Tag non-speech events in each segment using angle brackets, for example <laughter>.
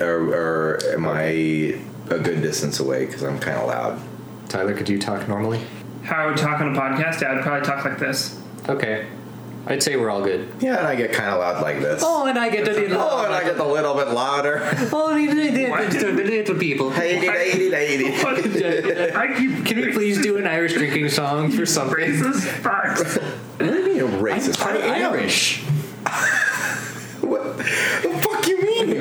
or, or am I a good distance away because I'm kind of loud? Tyler, could you talk normally? How I would talk on a podcast? Yeah, I'd probably talk like this. Okay. I'd say we're all good. Yeah, and I get kind of loud like this. and I get to do Oh, and I get a little bit louder. Oh, the little people. Eighty, eighty, eighty. <laughs> I keep. Can we please do an Irish drinking song for something? Racist fucks. You're racist. I'm I am. Irish. What the fuck you mean?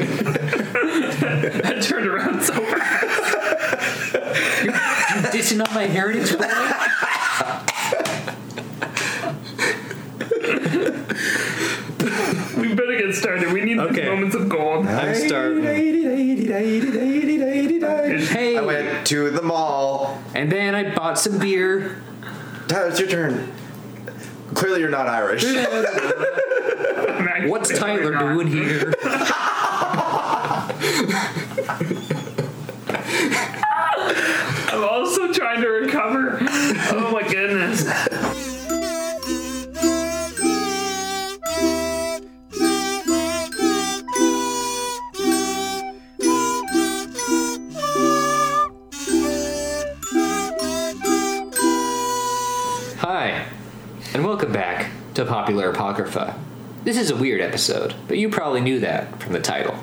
I turned around so fast. Dishing up my heritage. We better get started. We need Okay. these moments of gold. <laughs> I'm starting. I Hey, went to the mall. and then I bought some beer. Tyler, it's your turn. Clearly, you're not Irish. I'm actually What's Tyler not. doing here? I'm also trying <laughs> to recover. Oh my goodness. Hi, and welcome back to Popular Apocrypha. This is a weird episode, but you probably knew that from the title.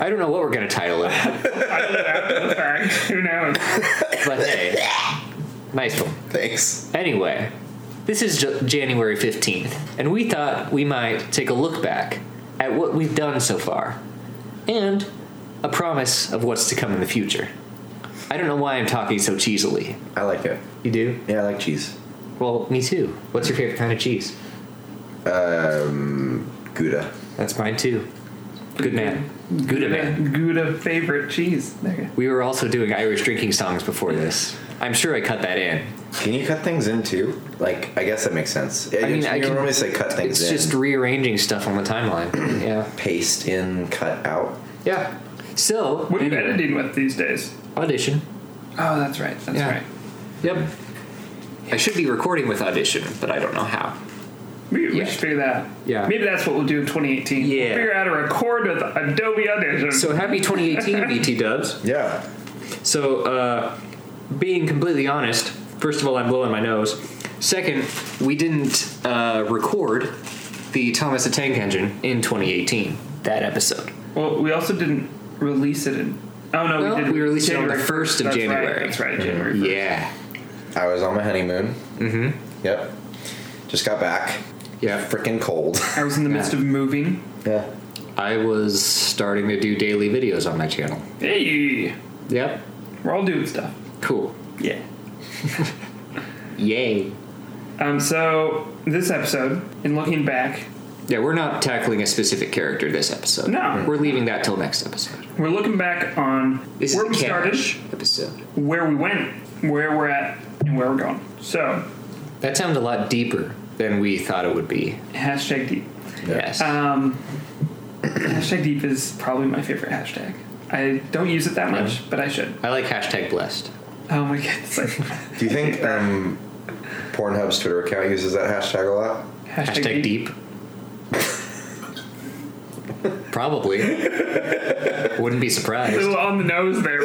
I don't know what we're going to title it, In fact, who knows? <laughs> but hey, nice one. Thanks. Anyway, this is J- January 15th, and we thought we might take a look back at what we've done so far and a promise of what's to come in the future. I don't know why I'm talking so cheesily. I like it. You do? Yeah, I like cheese. Well, me too. What's your favorite kind of cheese? Gouda. That's mine too. Good man. Gouda man. Gouda favorite cheese. There you go. We were also doing Irish drinking songs before this. I'm sure I cut that in. Can you cut things in too? Like, I guess that makes sense. I mean, you I can- normally say cut things It's in. just rearranging stuff on the timeline. <clears throat> yeah. paste in, cut out. Yeah. So, What are you anyway, editing with these days? audition. Oh, that's right. That's Yeah. right. Yep. I should be recording with audition, but I don't know how. We, we Yeah. should figure that out. Yeah. Maybe that's what we'll do in 2018. Yeah. We'll figure out how to record with Adobe Audition. So happy <laughs> 2018, BT Dubs. Yeah. So, uh, being completely honest, first of all, I'm blowing my nose. Second, we didn't uh, record the Thomas the Tank Engine in 2018. That episode. well, we also didn't release it in. Oh no, Well, we did. we released it on the 1st January of That's right, January. that's right, January. 1st. Yeah. I was on my honeymoon. Mm hmm. Yep. Just got back. Yeah. Freaking cold. I was in the midst Yeah. of moving. Yeah. I was starting to do daily videos on my channel. Hey, Yep. we're all doing stuff. Cool. Yeah. Yay. Um. So this episode, in looking back, Yeah, we're not tackling a specific character this episode. No. We're leaving that till next episode. we're looking back on This is where the we started, cash episode. where we went, where we're at, and where we're going. So That sounds a lot deeper than we thought it would be. hashtag deep. Yes. Um, hashtag deep is probably my favorite hashtag. I don't use it that much, but I should. I like hashtag blessed. Oh my god, <laughs> it's like Do you think um, Pornhub's Twitter account uses that hashtag a lot? hashtag, Hashtag deep. deep. Probably. Wouldn't be surprised. Little on the nose there.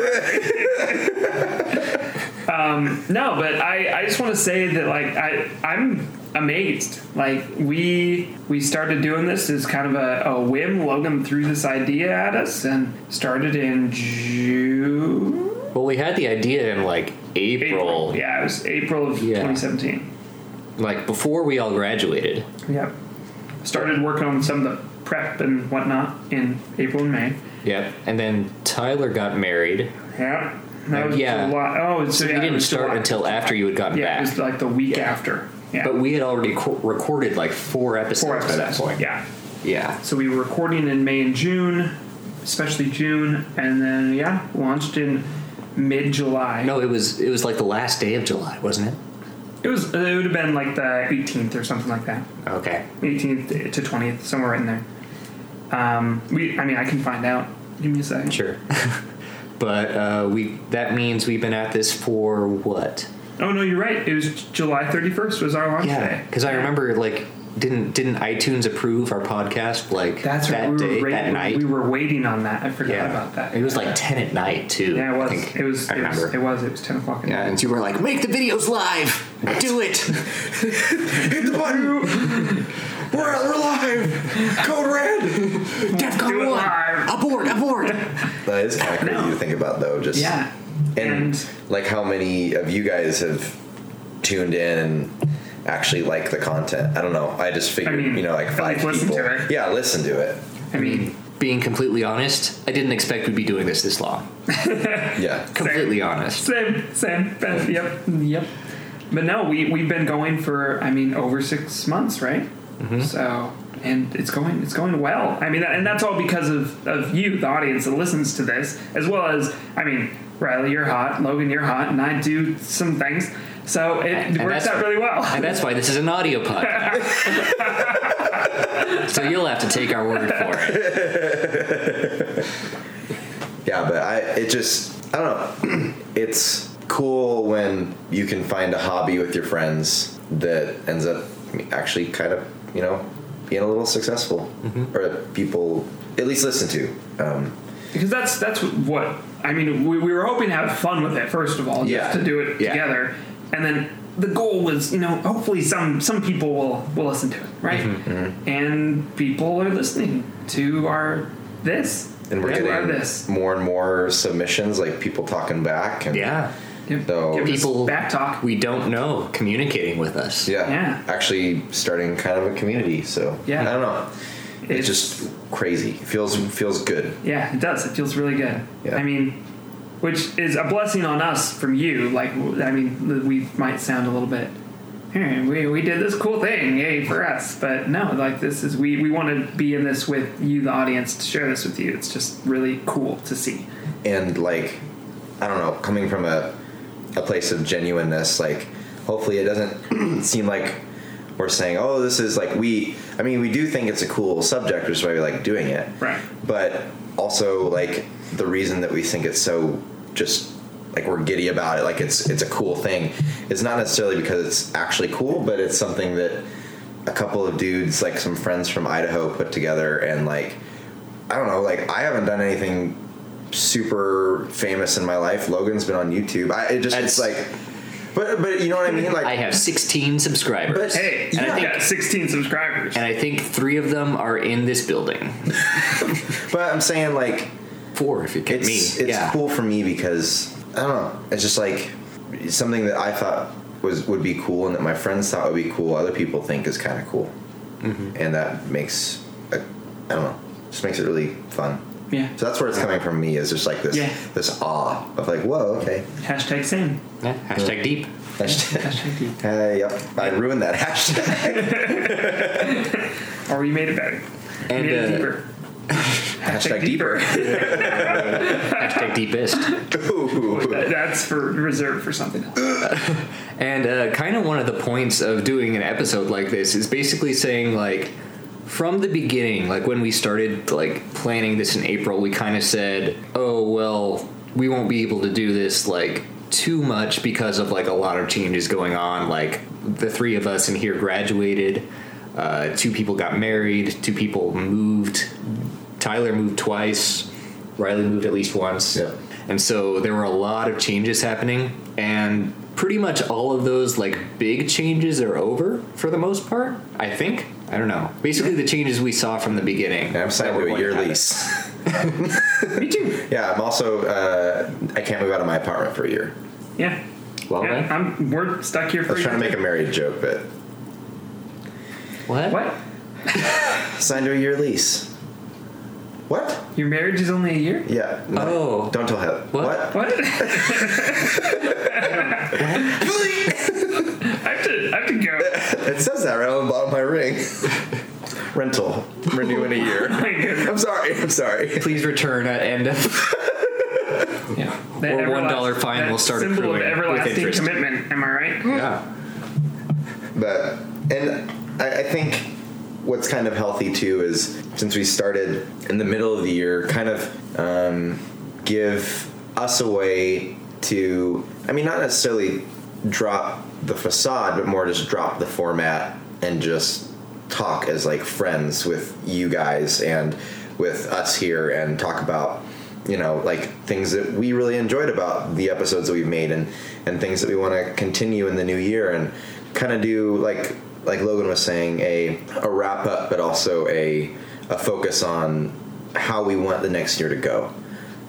<laughs> right? um, no, but I, I just want to say that like I I'm amazed. Like we we started doing this as kind of a, a whim. Logan threw this idea at us and started in June. Well, we had the idea in like April, Yeah, it was April of Yeah. 2017. like before we all graduated. Yep. Started working on some of the prep and whatnot in April and May. Yep. And then Tyler got married. Yep. That was yeah. July. Oh, it's, So yeah, you it didn't was start July. until after you had gotten yeah, it back. was like the week after. Yeah. But we had already co- recorded like four episodes, Four by that episodes. point. Yeah. Yeah. So we were recording in May and June, especially June, and then yeah, launched in mid July. No, it was it was like the last day of July, wasn't it? It was. It would have been like the 18th or something like that. Okay. 18th to 20th, somewhere in there. Um, we. I mean, I can find out. Give me a second. Sure. <laughs> but uh, we that means we've been at this for what? Oh no, you're right. It was July 31st was our launch day. Because I remember like didn't didn't iTunes approve our podcast like That's that right. We were, day ra- that night? we were waiting on that. I forgot yeah, about that. It was like ten at night too. yeah, I it was. think. it was. I it, was remember. it was. It was ten o'clock. At Yeah, night. and you were like, make the videos live. Do it. <laughs> <laughs> hit the <laughs> button. we're, we're live. Code red. DEFCON Do it live. Abort. <laughs> Abort. That is kind of crazy to think about, though. Just yeah. and, And- like how many of you guys have tuned in and actually like the content. I don't know. I just figured, mean, you know, like at five least listen people. to it. Yeah, listen to it. I mean, Being completely honest, I didn't expect we'd be doing this this long. Yeah, Completely honest. same, same. Ben, yep, yep. But no, we we've been going for I mean over six months, right? Mm-hmm. So and it's going it's going well. I mean, and that's all because of of you, the audience that listens to this, as well as I mean, Riley, you're hot, Logan, you're hot, and I do some things. So it And works that's- out really well. And that's why this is an audio podcast. <laughs> so you'll have to take our word for it. yeah, but I it just I don't know. <clears throat> it's cool when you can find a hobby with your friends that ends up actually kind of you know being a little successful or that people at least listen to. Um, because that's that's what I mean. We, we were hoping to have fun with it first of all, Yeah. just to do it Yeah. together, and then the goal was you know hopefully some some people will will listen to it, right? Mm-hmm, And people are listening to our this and we're to our getting this. more and more submissions, like people talking back. And Yeah. Give, So- give us People- back talk. We don't know communicating with us. Yeah. Yeah. Actually starting kind of a community. So Yeah. I don't know. It's, It's- just crazy. feels feels good. Yeah, it does. It feels really good. Yeah. I mean, which is a blessing on us from you. Like, w- I mean, we might sound a little bit, hey, we, we did this cool thing, yay for us. But no, like, this is, we, we want to be in this with you, the audience, to share this with you. It's just really cool to see. And like I don't know, coming from a a place of genuineness, like hopefully it doesn't <clears throat> seem like we're saying, Oh, this is like we I mean we do think it's a cool subject, which is why we like doing it. Right. But also like the reason that we think it's so just like we're giddy about it, like it's it's a cool thing, is not necessarily because it's actually cool, but it's something that a couple of dudes, like some friends from Idaho, put together, and like, I don't know, like I haven't done anything super famous in my life. Logan's been on YouTube. I it just it's That's- like, but but you know what I mean, like. I have 16 subscribers. But- Hey, And you I have think- got 16 subscribers. and I think three of them are in this building. but I'm saying like, Four, if you get it's me. it's yeah. cool for me because I don't know. It's just like it's something that I thought was would be cool, and that my friends thought would be cool. Other people think is kind of cool, Mm-hmm. and that makes a, I don't know, just makes it really fun. yeah. So that's where it's coming from me is just like this Yeah. this awe of like whoa okay <laughs> Hashtag same. Yeah, Hashtag deep. hashtag. Hashtag deep. Uh, yep, I ruined that <laughs> hashtag. <laughs> Or we made it better. And, made it uh, deeper. hashtag deeper. Hashtag deepest. Ooh. <laughs> That- That's for reserved for something else. And uh, kind of one of the points of doing an episode like this is basically saying, like, from the beginning, like when we started like planning this in April, we kind of said, "Oh well, we won't be able to do this like too much because of like a lot of changes going on. Like the three of us in here graduated, uh, two people got married, two people moved. Tyler moved twice, Riley moved at least once, Yep. and so there were a lot of changes happening and." Pretty much all of those like big changes are over for the most part. I think. I don't know. Basically, the changes we saw from the beginning. I'm signed that were to a going year happen. lease. <laughs> Me too. Yeah, I'm also uh, I can't move out of my apartment for a year. Yeah. Well, yeah, then. I'm, we're stuck here I for was a trying to year. make a married joke, but What? What? signed to a year lease. What? Your marriage is only a year? Yeah. no. Oh. Don't tell him. What? <laughs> What? <laughs> I have to, I have <laughs> to go. it says that right on the bottom of my ring. Rental. Renew in a year. My <laughs> goodness. I'm sorry. I'm sorry. Please return at end <laughs> of. Yeah. Or everlast- $1 fine that will start symbol of accruing with everlasting interest. commitment. Am I right? yeah. But and I, I think what's kind of healthy too is since we started in the middle of the year, kind of um, give us a way to. I mean, not necessarily drop the facade, but more just drop the format and just talk as like friends with you guys and with us here and talk about you know like things that we really enjoyed about the episodes that we've made and and things that we want to continue in the new year and kind of do like like Logan was saying a a wrap up but also a a focus on how we want the next year to go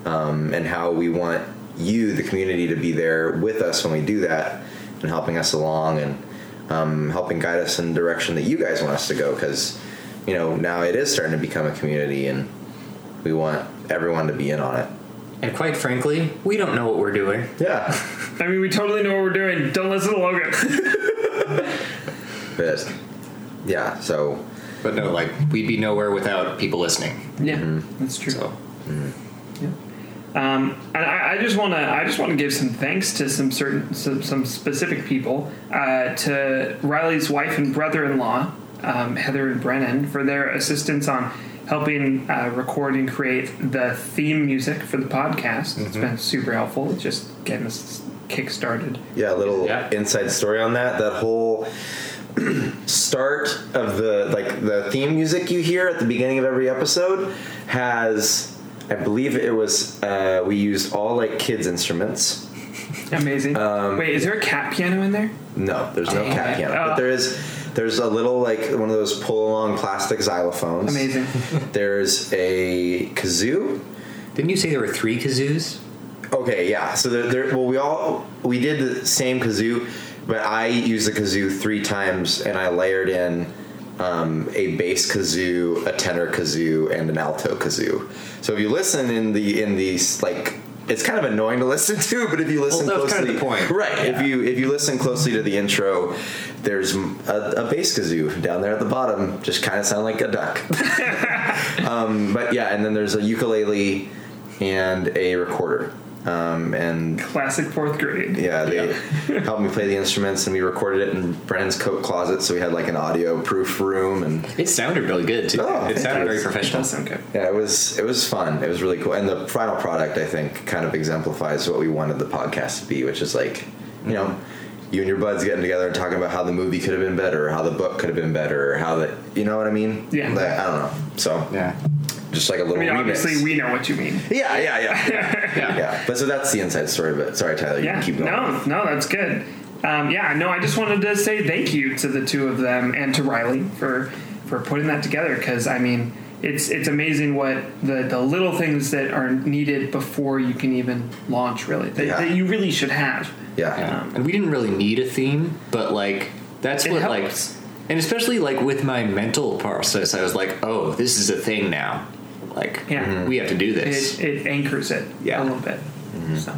um, and how we want you the community to be there with us when we do that and helping us along and um, helping guide us in the direction that you guys want us to go because you know now it is starting to become a community and we want everyone to be in on it And quite frankly, we don't know what we're doing. yeah I mean, we totally know what we're doing. Don't listen to Logan. <laughs> but yeah so But no, like, we'd be nowhere without people listening. yeah, that's true. Mm-hmm. So, Um, and I, I just want to I just want to give some thanks to some certain some, some specific people uh, to Riley's wife and brother-in-law um, Heather and Brennan for their assistance on helping uh, record and create the theme music for the podcast. It's Mm-hmm. been super helpful. It's just getting us kick started. Yeah, a little Yeah. inside story on that. That whole <clears throat> start of the like the theme music you hear at the beginning of every episode has I believe it was uh, we used all like kids instruments. Amazing. Um, Wait, is there a cat piano in there? No, there's no Okay. cat piano, Oh. but there is there's a little like one of those pull along plastic xylophones. Amazing. There's a kazoo. didn't you say there were three kazoos? Okay, yeah. So there, there, well, we all we did the same kazoo, but I used the kazoo three times, and I layered in um, a bass kazoo, a tenor kazoo, and an alto kazoo. So if you listen in the in these like. It's kind of annoying to listen <laughs> to, but if you listen Well, that's closely, kind of the point. right? If you if you listen closely to the intro, there's a, a bass kazoo down there at the bottom, just kind of sound like a <laughs> duck. um, but yeah, and then there's a ukulele and a recorder. Um, and Classic fourth grade. yeah, they <laughs> helped me play the instruments, and we recorded it in Brennan's coat closet, so we had like an audio proof room, and It sounded really good, too. Oh, it sounded very It professional. does sound good. yeah, it was it was fun. It was really cool, and the final product I think kind of exemplifies what we wanted the podcast to be, which is like, you know, you and your buds getting together and talking about how the movie could have been better, or how the book could have been better, or how the you know what I mean? Yeah. Like, I don't know. So Yeah. just like a little I mean, remix. obviously, we know what you mean. yeah, yeah, <laughs> yeah, yeah, Yeah. yeah. But so that's the inside story. But sorry, Tyler, you Yeah. can keep going. No, no, that's good. Um, yeah, no, I just wanted to say thank you to the two of them and to Riley for for putting that together because I mean it's it's amazing what the the little things that are needed before you can even launch really that, Yeah. that you really should have. yeah. Um, and we didn't really need a theme, but like that's It what helps. like, and especially like with my mental process, I was like, oh, this is a thing now. Like, Yeah. Mm-hmm. Mhm. we have to do this. It, it anchors it Yeah. a little bit. So.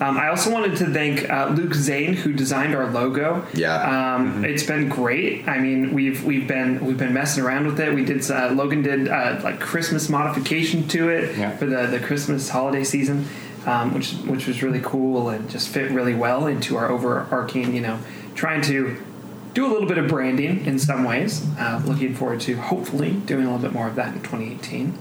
Um, I also wanted to thank uh, Luke Zane who designed our logo. Yeah. um, Mm-hmm. it's been great. I mean, we've we've been we've been messing around with it. We did uh, Logan did uh, like Christmas modification to it Yeah. for the, the Christmas holiday season, um, which which was really cool and just fit really well into our overarching. You know, trying to do a little bit of branding in some ways. Uh, looking forward to hopefully doing a little bit more of that in 2018.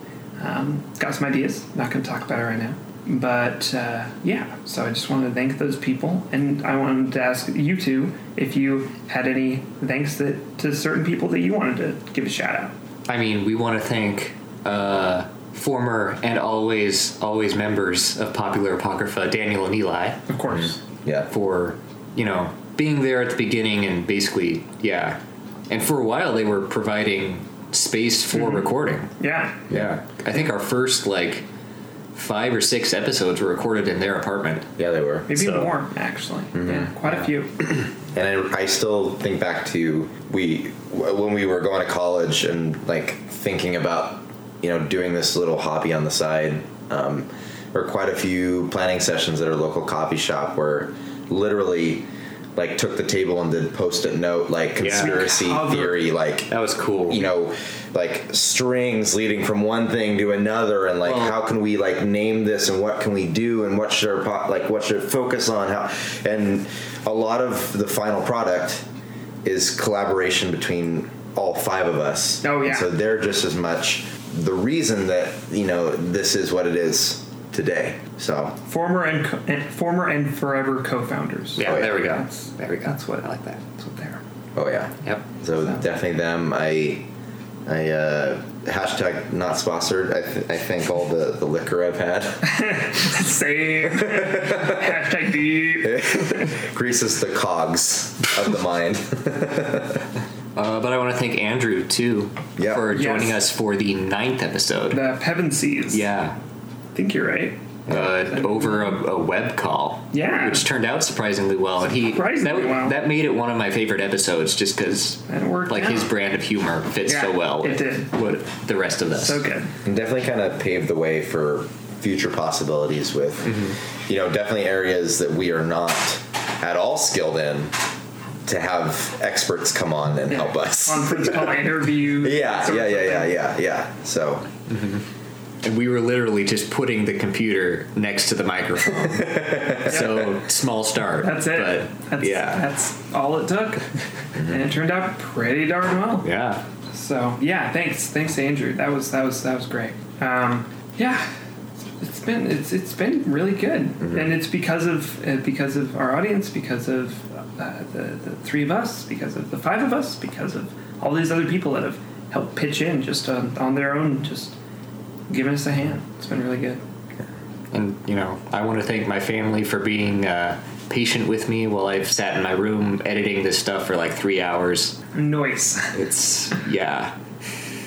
Um, got some ideas. Not going to talk about it right now. But uh, yeah, so I just wanted to thank those people, and I wanted to ask you two if you had any thanks that to certain people that you wanted to give a shout out. I mean, we want to thank uh, former and always always members of Popular Apocrypha, Daniel and Eli, Of course, Yeah. for you know being there at the beginning and basically, yeah. And for a while, they were providing space for recording. yeah, Yeah. I think our first like five or six episodes were recorded in their apartment. Yeah, they were. maybe So- more actually. Mm-hmm. Yeah, quite a few. And I, I still think back to we when we were going to college and like thinking about you know doing this little hobby on the side. Um, there were quite a few planning sessions at our local coffee shop where literally like took the table and did post-it note like conspiracy Covered. theory like That was cool. you know like strings leading from one thing to another and like Well- how can we like name this and what can we do and what should our po- like what should it focus on how and a lot of the final product is collaboration between all five of us Oh, yeah. And so they're just as much the reason that you know this is what it is today so Former and, co- and former and forever co-founders. yeah, Oh, yeah. there we go. That's- There we go. that's what- I like that. That's what they are. Oh yeah. Yep. So, definitely them. I I uh, hashtag not sponsored. I, th- I thank all the, the liquor I've had. Same. <laughs> Hashtag deep. Grease is the cogs of the mind. Uh, but I want to thank Andrew too Yeah. for Yes. joining us for the ninth episode. The Pevin Seas. Yeah. I think you're right. Uh, over a, a web call, Yeah. which turned out surprisingly well, and he Surprisingly that, well. that made it one of my favorite episodes, just because That worked like out. his brand of humor fits Yeah, so well. it with did. What the rest of us. So good. and definitely kind of paved the way for future possibilities with you know definitely areas that we are not at all skilled in to have experts come on and <laughs> help us Conference call interview. <laughs> yeah sort yeah of yeah yeah thing. yeah yeah so And we were literally just putting the computer next to the <laughs> microphone. <laughs> so small start. That's it. But that's, yeah. That's all <laughs> it took. Mm-hmm. and it turned out pretty darn well. yeah. So yeah, thanks, thanks Andrew. That was that was that was great. Um, yeah, it's been it's it's been really good, and it's because of uh, because of our audience, because of uh, the the three of us, because of the five of us, because of all these other people that have helped pitch in just on, on their own, just giving us a hand. It's been really good. And, you know, I want to thank my family for being uh, patient with me while I've sat in my room editing this stuff for like three hours. Noise. It's, yeah.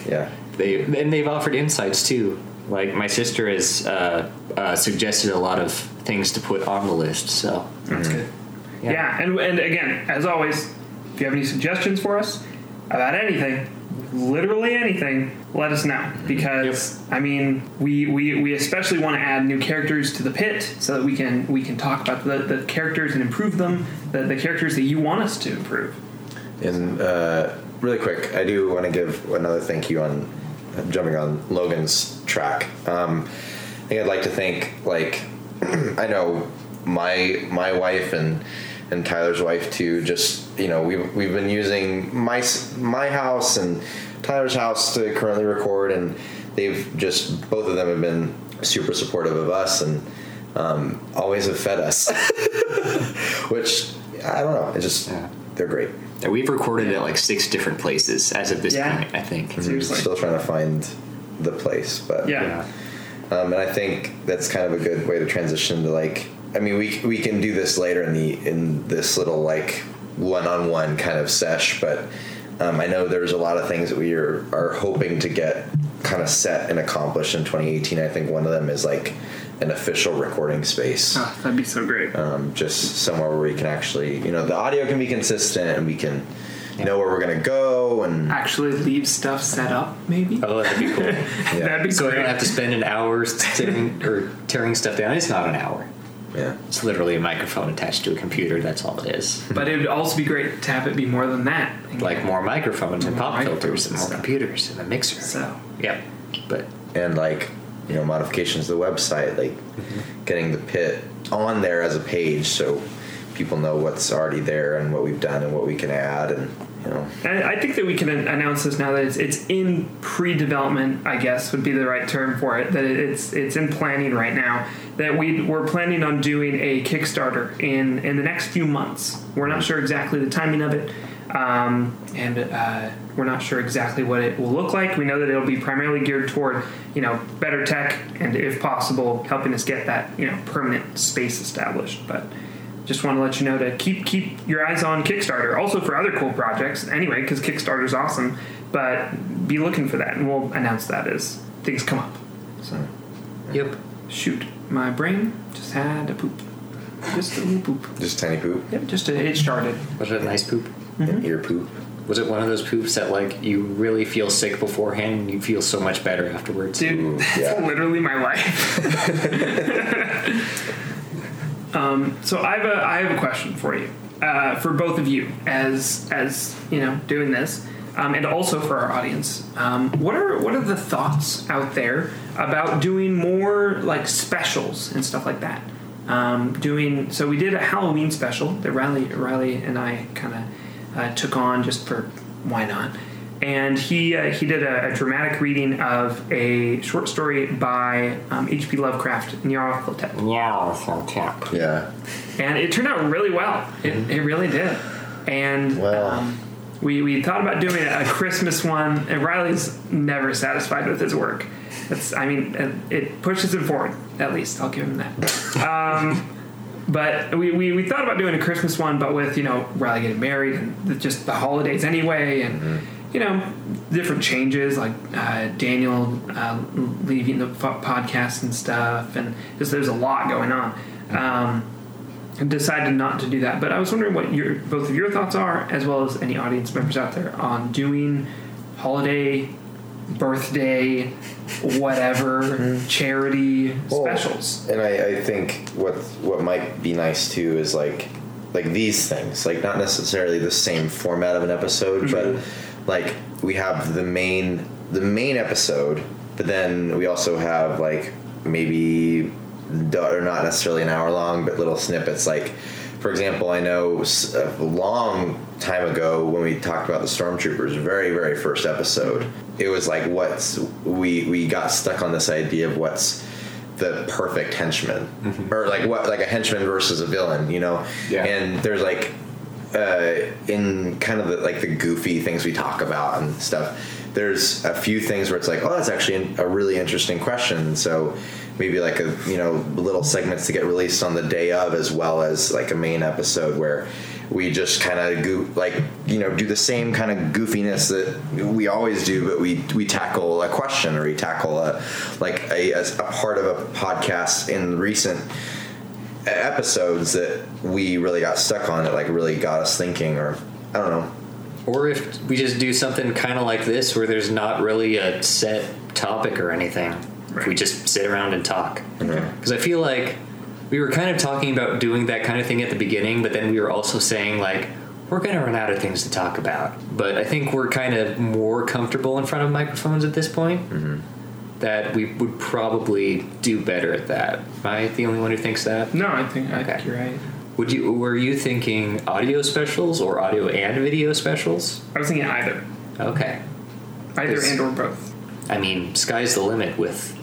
yeah They And they've offered insights too. Like, my sister has uh, uh, suggested a lot of things to put on the list, so. That's good. Yeah. Mm. Yeah. and and again, as always, if you have any suggestions for us about anything, literally anything, let us know because I mean, we, we we especially want to add new characters to the pit so that we can we can talk about the, the characters and improve them, the, the characters that you want us to improve. And uh, really quick, I do want to give another thank you on jumping on Logan's track. Um, I think I'd like to thank like <clears throat> I know my my wife and and Tyler's wife too. Just you know we've we've been using my s- my house and Tyler's house to currently record, and they've just both of them have been super supportive of us and um, always have fed us. <laughs> Which I don't know. It just Yeah. they're great. And We've recorded at like six different places as of this Yeah. point, I think. Seriously. still trying to find the place but Yeah. um, and i think that's kind of a good way to transition to like i mean we we can do this later in the in this little like one-on-one kind of sesh but um, i know there's a lot of things that we are are hoping to get kind of set and accomplished in 2018 i think one of them is like an official recording space Ah, that'd be so great. um, just somewhere where we can actually you know the audio can be consistent and we can know where we're gonna go and Actually, leave stuff set up, maybe. Oh, that'd be cool. yeah. <laughs> That'd be so I great. don't have to spend an hour sitting or tearing stuff down. It's not an hour. yeah It's literally a microphone attached to a computer. That's all it is. but it would also be great to have it be more than that. Like more microphones and More pop filters microphones and and more stuff. computers and a mixer. So. Yep. But and like you know modifications to the website like getting the pit on there as a page so people know what's already there and what we've done and what we can add and you know I, I think that we can an- announce this now that it's it's in pre-development. I guess would be the right term for it. That it, it's it's in planning right now. That we we're planning on doing a Kickstarter in in the next few months. We're not sure exactly the timing of it, um, and uh, we're not sure exactly what it will look like. We know that it'll be primarily geared toward you know better tech and if possible helping us get that you know permanent space established. But just want to let you know to keep keep your eyes on Kickstarter. Also for other cool projects, anyway, because Kickstarter's awesome. But be looking for that, and we'll announce that as things come up. So yep. shoot, my brain just had a poop, just a little poop. just tiny poop Yep, just a, it started. Was it a nice poop? and ear poop Was it one of those poops that like you really feel sick beforehand and you feel so much better afterwards? Dude, that's yeah. literally my life. um, so I have a I have a question for you, uh, for both of you, as as you know, doing this, um, and also for our audience. Um, what are what are the thoughts out there about doing more like specials and stuff like that? Um, doing so we did a Halloween special that Riley Riley and I kind of uh, took on just for why not and he uh, he did a, a dramatic reading of a short story by um, H.P. Lovecraft, Nyarlathotep, Yeah, some tap. yeah and it turned out really well. It, it really did. And Well. um, we, we thought about doing a Christmas one, and Riley's never satisfied with his work. That's, I mean, it, it pushes him forward, at least. I'll give him that. Um, but we, we, we thought about doing a Christmas one, but with, you know, Riley getting married and the, just the holidays anyway, and, you know, different changes like uh, Daniel uh, leaving the fo- podcast and stuff, and just there's a lot going on. Um, and decided not to do that. But I was wondering what your both of your thoughts are, as well as any audience members out there, on doing holiday, birthday, whatever charity Well, specials. Oh, And I, I think what what might be nice too is like like these things, like not necessarily the same format of an episode, but like we have the main the main episode, but then we also have like maybe du- or not necessarily an hour long, but little snippets like. For example, I know s- a long time ago when we talked about the stormtroopers, very very first episode, it was like what's we we got stuck on this idea of what's the perfect henchman or like what like a henchman versus a villain you know Yeah. and there's like uh, in kind of the, like the goofy things we talk about and stuff there's a few things where it's like oh that's actually a really interesting question so maybe like a you know little segments to get released on the day of as well as like a main episode where we just kind of go like you know do the same kind of goofiness that we always do but we we tackle a question or we tackle a like a, a, a part of a podcast in recent episodes that we really got stuck on that like really got us thinking or i don't know Or if we just do something kind of like this where there's not really a set topic or anything. If we just sit around and talk. Because I feel like we were kind of talking about doing that kind of thing at the beginning, but then we were also saying, like, we're going to run out of things to talk about. But I think we're kind of more comfortable in front of microphones at this point. That we would probably do better at that. Am I the only one who thinks that? No, I think I Okay. think you're right. Would you were you thinking audio specials or audio and video specials? I was thinking either, Okay. either Yes. and or both. I mean, sky's the limit with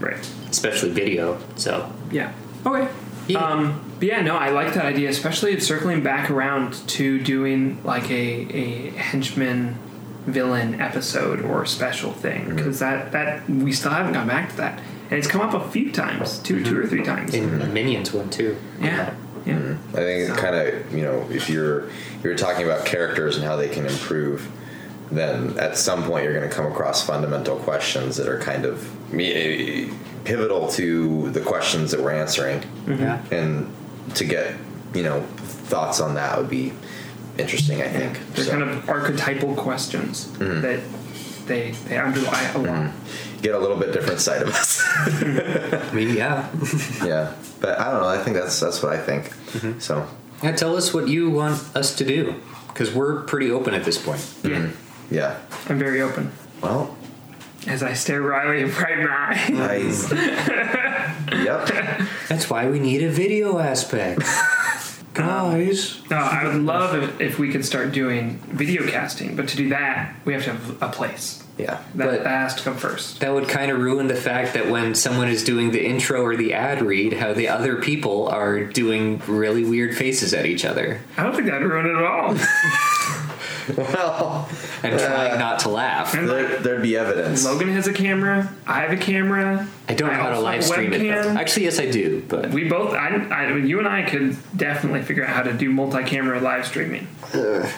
Right. especially video. So Yeah. Okay. Yeah. Um, but yeah, no, I like that idea, especially it's circling back around to doing like a, a henchman villain episode or special thing because that that we still haven't gone back to that, and it's come up a few times, 2 two or three times. in Minions one too. Uh, yeah. Yeah. i think it So- kind of you know if you're if you're talking about characters and how they can improve then at some point you're going to come across fundamental questions that are kind of eh, pivotal to the questions that we're answering Mm-hmm. Yeah. and to get you know thoughts on that would be interesting i think They're So, kind of archetypal questions that they they underlie a lot. get a little bit different side of us I mean, yeah. <laughs> yeah but i don't know i think that's that's what i think so yeah. Tell us what you want us to do because we're pretty open at this point. Yeah, yeah I'm very open well as I stare Riley <laughs> right in the eye. Nice. yep. That's why we need a video <laughs> aspect. Guys, No, I would love if, if we could start doing video casting, but to do that, we have to have a place. Yeah. That, But- that has to come first. that would kind of ruin the fact that when someone is doing the intro or the ad read, how the other people are doing really weird faces at each other I don't think that'd ruin it at all. Well, and trying not to laugh. Uh, And there, there'd be evidence. <laughs> Logan has a camera. I have a camera. I don't know how to also have live a stream it. though. webcam. Actually, yes, I do, but We both, I, I mean, you and I could definitely figure out how to do multi-camera live streaming. but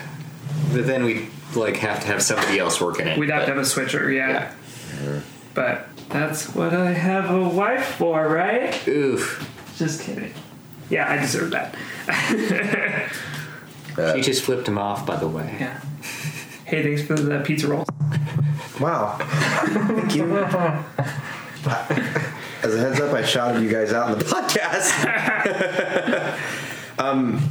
then we like have to have somebody else working it. We'd have to have a switcher, yeah. But that's what I have a wife for, right? but- Oof. Just kidding. Yeah, I deserve that. She just flipped him off, by the way. Yeah. Hey, thanks for the pizza rolls. Wow. Thank you. As a heads up, I shouted you guys out in the <laughs> podcast. um,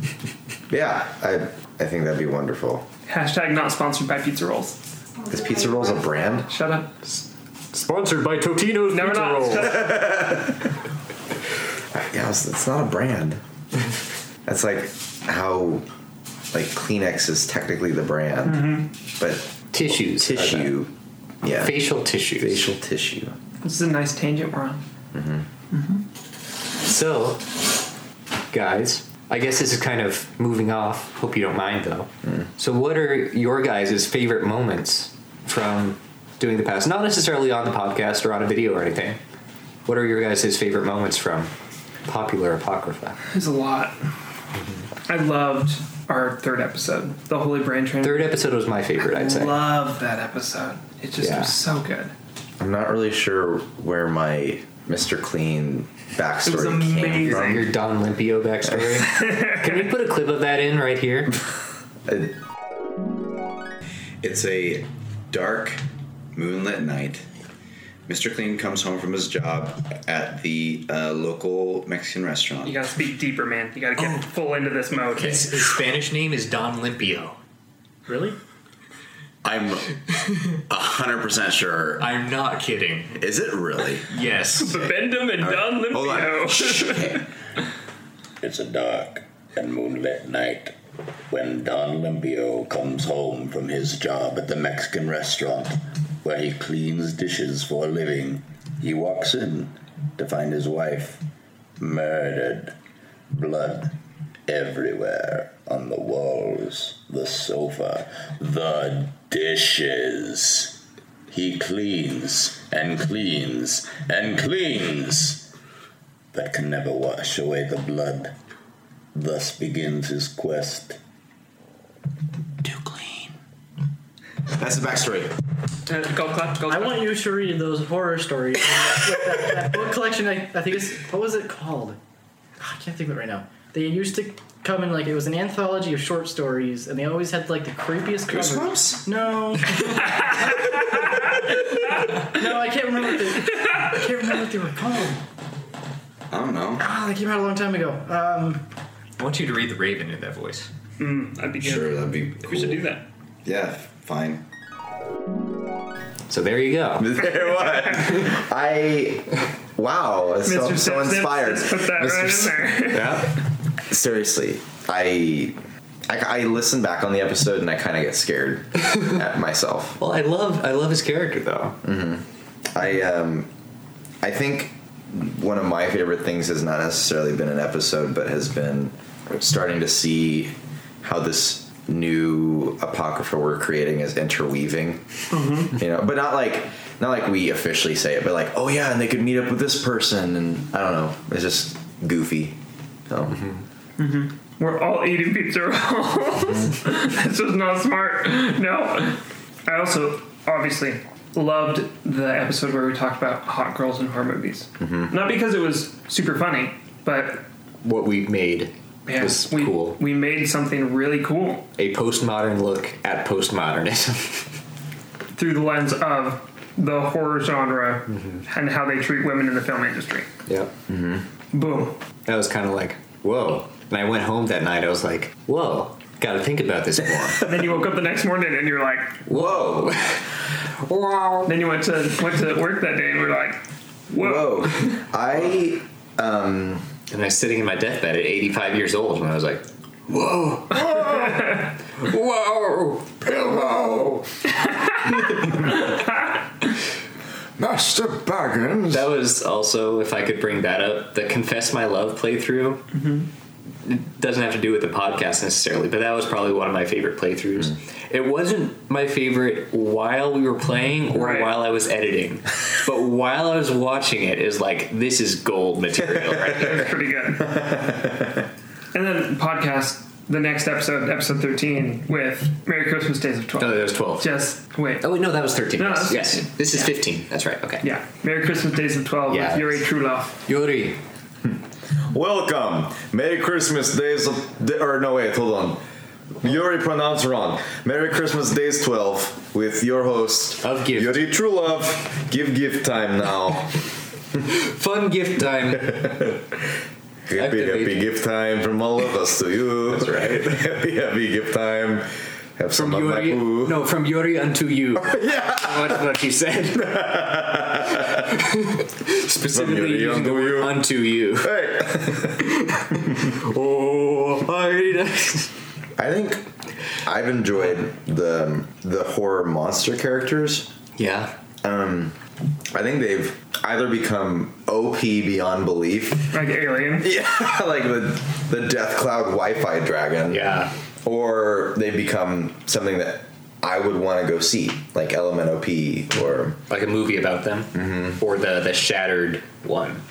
yeah, I I think that'd be wonderful. Hashtag not sponsored by pizza rolls. Is Pizza Rolls a brand? Shut up. Sponsored by Totino's No, we're not. Shut up. Yeah, it's, it's not a brand. <laughs> That's like how like Kleenex is technically the brand, but Tissues. tissue. Yeah. Facial tissues. facial tissue. <laughs> This is a nice tangent we're on. So, guys, I guess this is kind of moving off. Hope you don't mind though. So, what are your guys' favorite moments from doing the past? Not necessarily on the podcast or on a video or anything. What are your guys' favorite moments from popular apocrypha? There's a lot. I loved our third episode, the Holy Brain Train. Third episode was my favorite, I'd say. Love that episode. It just Yeah. was so good. I'm not really sure where my Mr. Clean backstory came amazing. from. Your Don Limpio backstory. <laughs> Can we put a clip of that in right here? It- It's a dark, moonlit night. Mr. Clean comes home from his job at the uh, local Mexican restaurant. You gotta speak deeper, man. You gotta get full into this mode. His, his Spanish name is Don Limpio. Really? I'm 100% sure. I'm not kidding. Is it really? Yes. Bendham and Don Hold on. <laughs> Limpio. <laughs> It's a dark and moonlit night when Don Limpio comes home from his job at the Mexican restaurant where he cleans dishes for a living. He walks in to find his wife murdered, blood everywhere on the walls, the sofa, the dishes. He cleans and cleans and cleans that can never wash away the blood. Thus begins his quest. Too clean. That's the backstory. Uh, Go clap, go I clap. want you to read those horror stories. <laughs> with that, that book collection, I, I think it's what was it called? Ah, I can't think of it right now. They used to come in like it was an anthology of short stories, and they always had like the creepiest cover. No. <laughs> no, I can't remember. What they, I can't remember what they were called. I don't know. Ah, they came out a long time ago. Um, I want you to read the Raven in that voice. That'd be good. Sure, that'd be cool. We should do that. Yeah, fine. So there you go. <laughs> there what? I wow, I'm so, Mr. so Simpson, inspired. just put that Mr. right in there. yeah. Seriously, I, I I listen back on the episode and I kind of get scared at myself. Well, I love I love his character though. I um, I think one of my favorite things has not necessarily been an episode, but has been starting to see how this new apocrypha we're creating is interweaving. You know, but not like not like we officially say it, but like oh yeah, and they could meet up with this person, and I don't know, it's just goofy. So We're all eating pizza rolls. <laughs> this was not smart. No. I also obviously loved the episode where we talked about hot girls in horror movies. Mm-hmm. Not because it was super funny, but What we made man, was we, cool. we made something really cool A postmodern look at postmodernism. <laughs> through the lens of the horror genre Mm-hmm. and how they treat women in the film industry. yeah. Boom. That was kind of like, whoa. And I went home that night. I was like, whoa. Got to think about this more. <laughs> And then you woke up the next morning and you're like, whoa. wow. then you went to went to work that day and we're like, whoa. whoa, I And I was sitting in my deathbed at 85 years old, and I was like, whoa. Whoa. whoa. Bilbo! <laughs> Master Baggins! That was also, if I could bring that up, the Confess My Love playthrough. It doesn't have to do with the podcast necessarily, but that was probably one of my favorite playthroughs. It wasn't my favorite while we were playing or Right. while I was editing, but while I was watching it, is like this is gold material right here. It was pretty good. and then podcast the next episode, episode thirteen, with Merry Christmas Days of Oh, Twelve. No, that was twelve. Just wait. Oh wait, no, that was thirteen. No, yes. that's yes. 15. this is fifteen. That's right. Okay. Yeah. Merry Christmas Days of Twelve Yeah. with Yuri Truloff. Yuri, Welcome. Merry Christmas, days of. Or no, wait, hold on. Yuri pronounced wrong. Merry Christmas, days 12, with your host, Of gift. Yuri True Love. Give gift time now. fun gift time. happy, Activate. happy gift time from all of us to you. That's right. <laughs> happy, happy gift time. Have some of my Yuri, poo. no, from Yuri unto you. Yeah. That's what she said. From <laughs> Specifically Yuri using the unto word you. unto you. Hey. Oh, I think I've enjoyed the the horror monster characters. yeah. I think they've. either become OP beyond <laughs> belief, Like Alien. yeah, <laughs> like the the Death Cloud Wi-Fi dragon, Yeah. or they become something that I would want to go see, like Element OP or Like a movie about them, Mm-hmm. or the the Shattered one.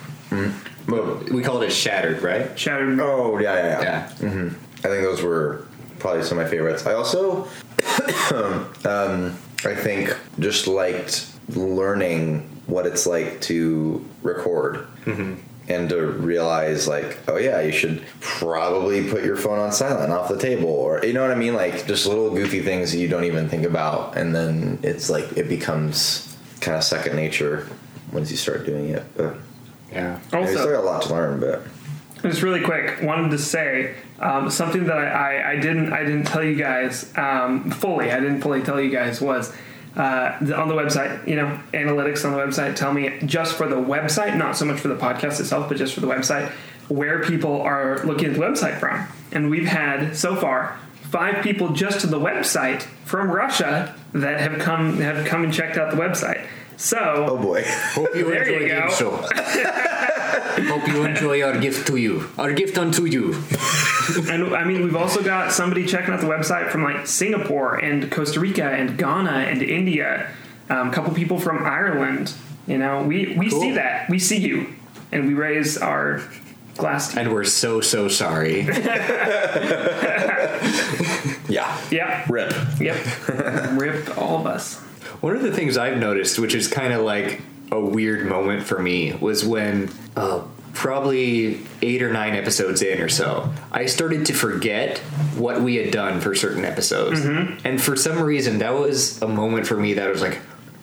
Mo- We called it Shattered, right? Shattered. Oh yeah, yeah, yeah. Yeah. I think those were probably some of my favorites. I also, <coughs> um, I think, just liked learning what it's like to record. And to realize, like, oh yeah, you should probably put your phone on silent off the table, or you know what I mean, like just little goofy things that you don't even think about, and then it's like it becomes kind of second nature once you start doing it. But Yeah. I mean, we still Also, got a lot to learn, but just really quick, wanted to say um, something that I, I, I didn't I didn't tell you guys um, fully. I didn't fully tell you guys was uh, the- on the website. You know, analytics on the website tell me just for the website, not so much for the podcast itself, but just for the website, where people are looking at the website from. And we've had so far five people just to the website from Russia that have come have come and checked out the website. So oh boy. Hope you There enjoy you game go. show. <laughs> Hope you enjoy our gift to you. Our gift unto you. And I mean, we've also got somebody checking out the website from like Singapore and Costa Rica and Ghana and India. Um, a couple people from Ireland. You know, we we see that we see you, and we raise our glass. To you. And we're so so <laughs> sorry. <laughs> Yeah. Yep, Rip. yep. Rip all of us. One of the things I've noticed, which is kind of like a weird moment for me, was when uh, probably eight or nine episodes in or so, I started to forget what we had done for certain episodes. And for some reason, that was a moment for me that was like,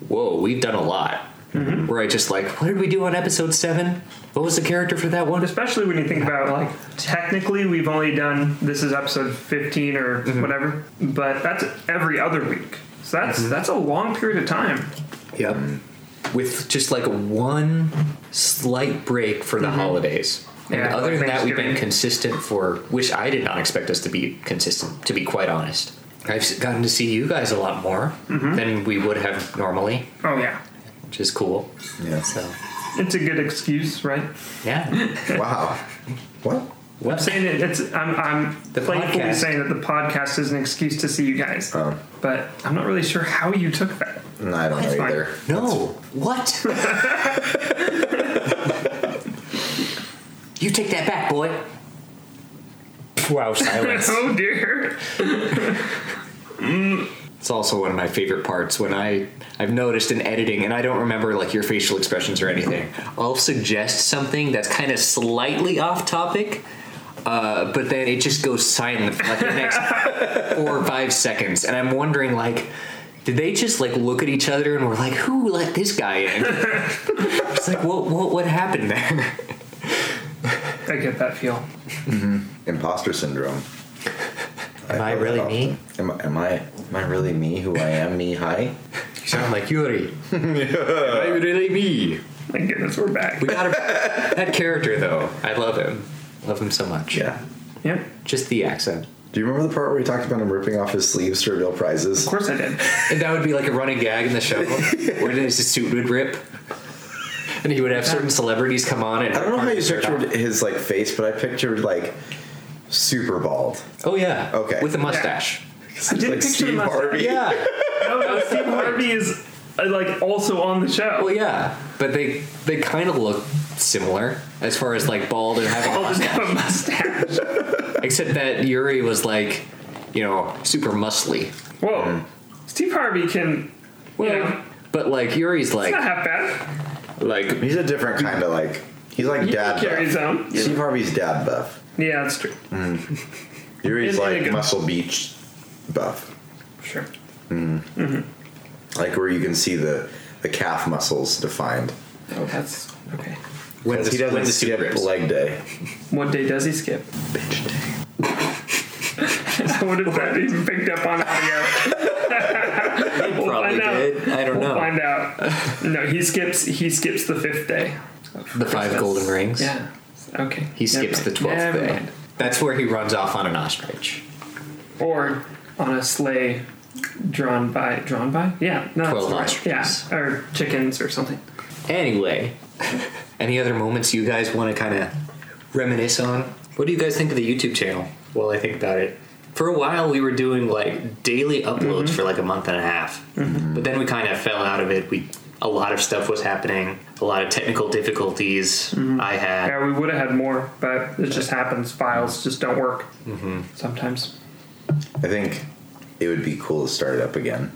whoa, we've done a lot. Where I just like, what did we do on episode seven? What was the character for that one? Especially when you think about like technically, we've only done this is episode fifteen or whatever, but that's every other week. So that's that's a long period of time. Yep. Um, With just like one slight break for the holidays. And Yeah, other than that, we've been Thanksgiving. consistent for, which I did not expect us to be consistent, to be quite honest. I've s- gotten to see you guys a lot more than we would have normally, Oh yeah, which is cool. Yeah. So, it's a good excuse, right? yeah. <laughs> Wow. What? I'm saying it, it's I'm I'm The playfully podcast. saying that the podcast is an excuse to see you guys, Oh. but I'm not really sure how you took that. No, I don't That's know fine. either. No. <laughs> What? you take that back, boy. Wow, silence. <laughs> oh dear. It's also one of my favorite parts when I I've noticed in editing, and I don't remember like your facial expressions or anything. I'll suggest something that's kind of slightly off topic, uh, but then it just goes silent for like the next four or five seconds, and I'm wondering like. Did they just like look at each other and were like, "Who let this guy in?" it's like, what, what, what happened there? I get that feel. Imposter syndrome. Am I feel that really often. me? Am, I- am I? Am I really me? Who I am? Me? Hi. You sound like <laughs> Yuri. Am I really me? Thank goodness we're back. We got that character though. I love him. Love him so much. Yeah. Yep, of Just the accent. Do you remember the part where he talked about him ripping off his sleeves to reveal prizes? course I did. And that would be like a running gag in <laughs> the show, where his suit would rip, and he would have certain celebrities come on. And I don't know how you Shirt pictured his like face, but I pictured like super bald. off. Oh yeah. Okay. With a mustache. I did like picture the Steve mustache. <laughs> Harvey. Yeah. No, no, Steve Harvey is uh, like also on the show. <laughs> Well, yeah. But they they kind of look similar as far as like bald and having a Oh, I'll just mustache. have a mustache. Except that Yuri was like, you know, super muscly. Whoa, Steve Harvey can. Well, But like Yuri's it's like not half bad. like He's a different kind of like. He's like He dad can carry his buff. own. Steve Harvey's dad buff. Yeah, that's true. Yuri's In- in a like good- muscle beach buff, Sure. like where you can see the the calf muscles defined. Oh, that's okay. when Because he the, when doesn't the suit skip rips. leg <laughs> day. What day does he skip? Bitch day. What if that even picked up on audio? we'll Probably find out. did. I don't We'll know. find out. No, he skips. He skips the fifth day. The five golden rings. Yeah. Okay. He skips the twelfth Never day. mind. That's where he runs off on an ostrich. Or on a sleigh drawn by drawn by yeah no, that's Twelve the right- ostriches. Yeah, or chickens or something. Anyway, Any other moments you guys want to kind of reminisce on? What do you guys think of the YouTube channel? Well, I think about it. Mm-hmm. For a while, we were doing like daily uploads for like a month and a half, but then we kind of fell out of it. We a lot of stuff was happening, a lot of technical difficulties I had. Yeah, we would have had more, but it just happens. Files just don't work Mm-hmm. sometimes. I think it would be cool to start it up again.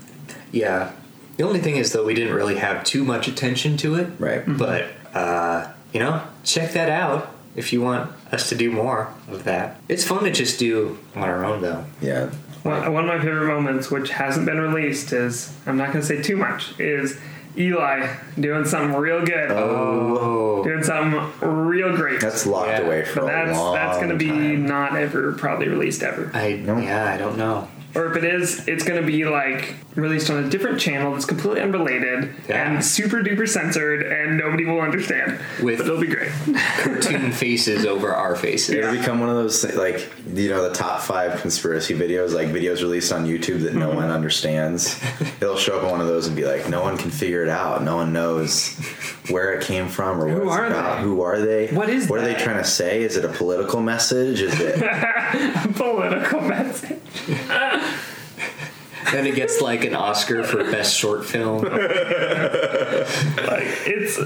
Yeah. The only thing is, though, we didn't really have too much attention to it. Right. Mm-hmm. But, uh, you know, check that out if you want us to do more of that. It's fun to just do on our own, though. Yeah. One, one of my favorite moments, which hasn't been released, is I'm not going to say too much, is Eli doing something real good. Oh. Doing something real great. That's locked Yeah. away for a but that's long that's going to be time. not ever probably released ever. I, yeah, I don't know. or if it is, it's going to be like released on a different channel that's completely unrelated Yeah. and super duper censored and nobody will understand. With- but it'll be <laughs> great. Cartoon faces over our faces. It'll become one of those thi- like you know the top five conspiracy videos, like videos released on YouTube that Mm-hmm. no one <laughs> understands. It'll show up on one of those and be like, no one can figure it out. No one knows where it came from or what Who it's are about. they? Who are they? What is What are that? they trying to say? Is it a political message? Is <laughs> it? Political message. Then it gets like an Oscar for best short film. It's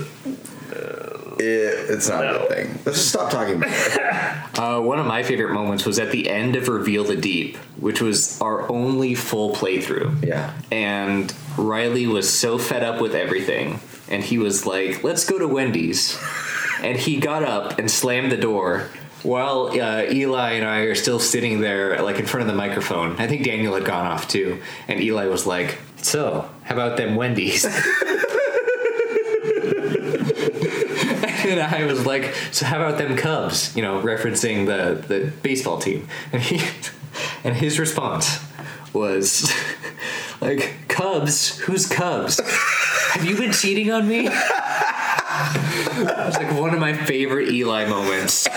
it it's not a good thing. Let's just stop talking about it. <laughs> Uh, one of my favorite moments was at the end of Reveal the Deep, which was our only full playthrough. Yeah. and Riley was so fed up with everything, and he was like, "Let's go to Wendy's," and he got up and slammed the door. While uh, Eli and I are still sitting there, like in front of the microphone, I think Daniel had gone off too, and Eli was like, "So, how about them Wendy's?" <laughs> and I was like, "So, how about them Cubs?" You know, referencing the the baseball team, and he <laughs> and his response was <laughs> like, "Cubs? Who's Cubs? Have you been cheating on me?" It was like one of my favorite Eli moments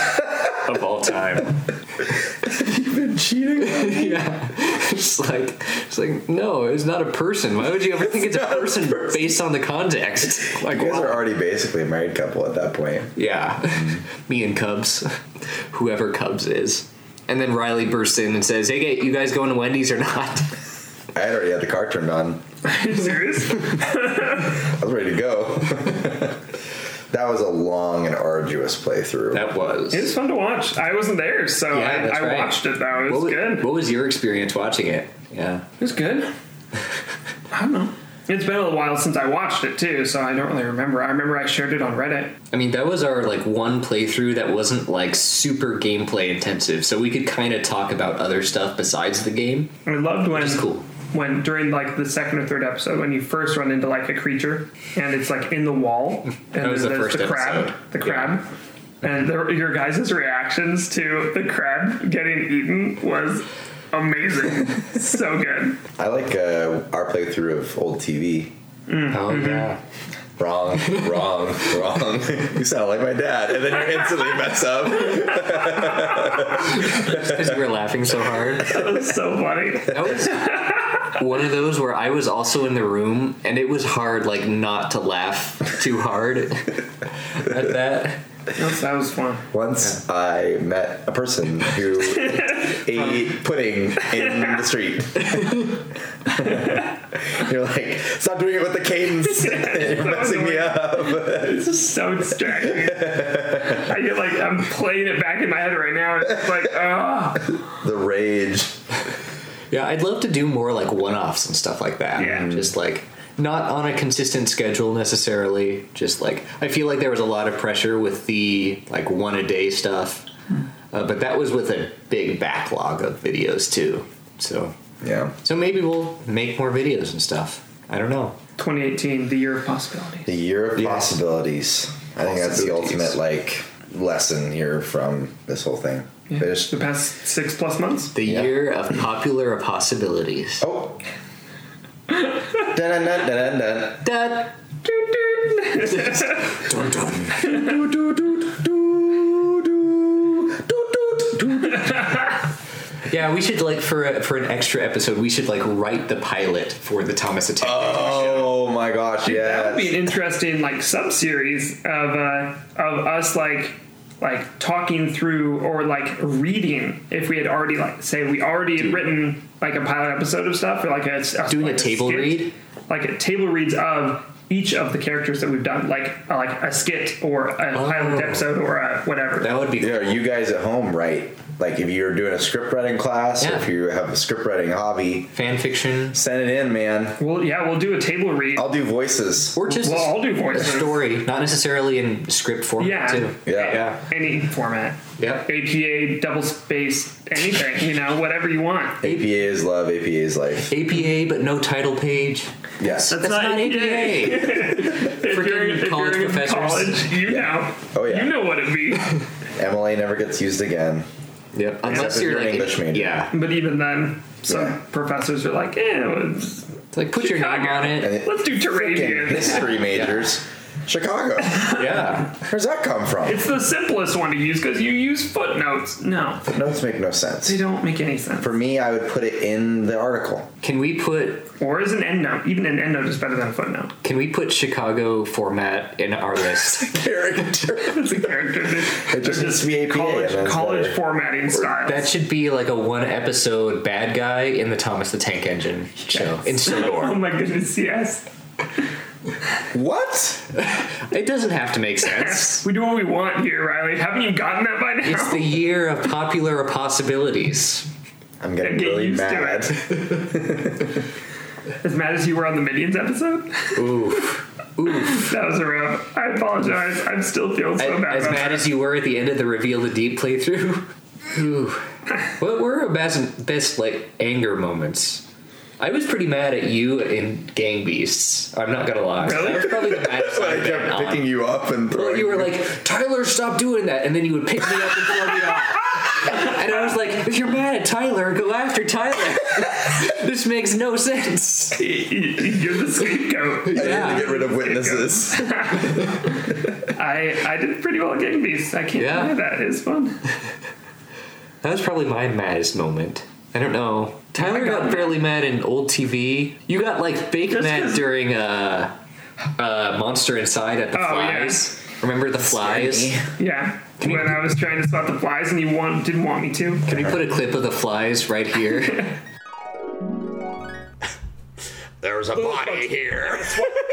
of all time. You've been cheating? <laughs> yeah. It's like it's like no, it's not a person. Why would you ever think it's a person based on the context? Like You guys wow. are already basically a married couple at that point. Yeah. <laughs> Me and Cubs. Whoever Cubs is. And then Riley bursts in and says, Hey, you guys going to Wendy's or not? <laughs> I had already had the car turned on. Are you serious? I was ready to go. <laughs> that was a long and arduous playthrough. was. It was fun to watch. I wasn't there, so Yeah, that's I, I right. watched it though. It what, was wa- good. what was your experience watching it? Yeah. It was good. I don't know. It's been a little while since I watched it too, so I don't really remember. I remember I shared it on Reddit. I mean, that was our like one playthrough that wasn't like super gameplay intensive, so we could kind of talk about other stuff besides the <laughs> game. I loved when is cool. when during like the second or third episode when you first run into like a creature and it's like in the wall and then was the there's first the crab, episode. the crab. And the, your guys' reactions to the crab getting eaten was <laughs> amazing. so good. I like uh, our playthrough of old TV. Oh yeah. Wrong, wrong, <laughs> wrong. You sound like my dad, and then you instantly mess up. Because we were laughing so hard. That was so funny. That was <laughs> one of those where I was also in the room, and it was hard, like not to laugh too hard <laughs> at that. That's, that was fun. Once I met a person who ate pudding in the street. <laughs> You're like, stop doing it with the cadence. You're messing me up. This is so distracting. I get like I'm playing it back in my head right now. And it's just like, oh, The rage. Yeah, I'd love to do more like one-offs and stuff like that. Yeah. just like not on a consistent schedule necessarily. Just like I feel like there was a lot of pressure with the like one a day stuff, uh, but that was with a big backlog of videos too. So, Yeah. so maybe we'll make more videos and stuff. I don't know. 2018, the year of possibilities. The year of Yes. possibilities. I think that's the Possibilities. ultimate like lesson here from this whole thing. Yeah. They just- The past six plus months. The Yeah. year of popular possibilities. oh. Dun, dun, dun, dun, dun. Dad. Yeah, we should like for a, for an extra episode, we should like write the pilot for the Thomas Attack. Oh my gosh, yeah. That would be an interesting like subseries of uh, of us like like talking through or like reading if we had already like say we already had written like a pilot episode of stuff or like a, a Doing like a table skit. read? like a table reads of each of the characters that we've done like uh, like a skit or a Oh. pilot episode or a whatever That would be Yeah, you guys at home write like if you're doing a script writing class or Yeah. if you have a script writing hobby, fan fiction send it in, man. well yeah we'll do a table read I'll do voices. or just well I'll do a voices story, not necessarily in script format yeah too. Yeah. any format Yep. APA double space anything you know whatever you want APA is love, APA is life. APA, but no title page. Yes. That's not not, APA. If Freaking you're, if college you're in professors. college, you know. Oh, yeah. You know what it means. MLA never gets used again. <laughs> Yep. Unless if you're you're an like English major. Yeah. <laughs> But even then, some Yeah. professors are like, eh, let's, It's like put your name Chicago. on it. And it- let's do Freaking Terravian. history majors. Chicago. Yeah. Where's that come from? It's the simplest one to use because you use footnotes. No, Notes make no sense. they don't make any sense. For me, I would put it in the article. Can we put Or as an endnote. Even an endnote is better than a footnote. <laughs> can we put Chicago format in our list? Caricature. It's a character. It just needs to be APA, college, and that's college better. formatting style. that should be like a one episode bad guy in the Thomas the Tank Engine show in Oh Sodor. my goodness, yes. what? it doesn't have to make sense. <laughs> We do what we want here, Riley. Haven't you gotten that by now? It's the year of popular possibilities. I'm getting Get really used to mad. as mad as you were on the Minions episode? Oof. Oof. <laughs> That was a rough. I apologize. I'm still feeling so As, bad. as about bad that. as you were at the end of the reveal the deep playthrough. Ooh. What were our best, best like anger moments? I was pretty mad at you in Gang Beasts. I'm not gonna lie. Really? That was probably the <laughs> baddest I I've been kept on. <laughs> picking you up and throwing Well, you were like, Tyler, stop doing that, and then you would pick me up and throw me off. <laughs> And I was like, if you're mad at Tyler, go after Tyler. <laughs> this makes no sense. You're the <laughs> scapegoat. I need yeah. to get rid of witnesses. I I did pretty well at Gang Beasts. I can't Yeah. deny that. It's fun. That was probably my maddest moment. I don't know. Tyler got got mad. fairly mad in old TV. You got like fake Just mad 'cause- during uh, uh, Monster Inside at the Oh, yeah. Flies. Remember the flies? Yeah. When I was trying to spot the flies and you want, didn't want me to. Can we put a clip of the flies right <laughs> here? There's a body here.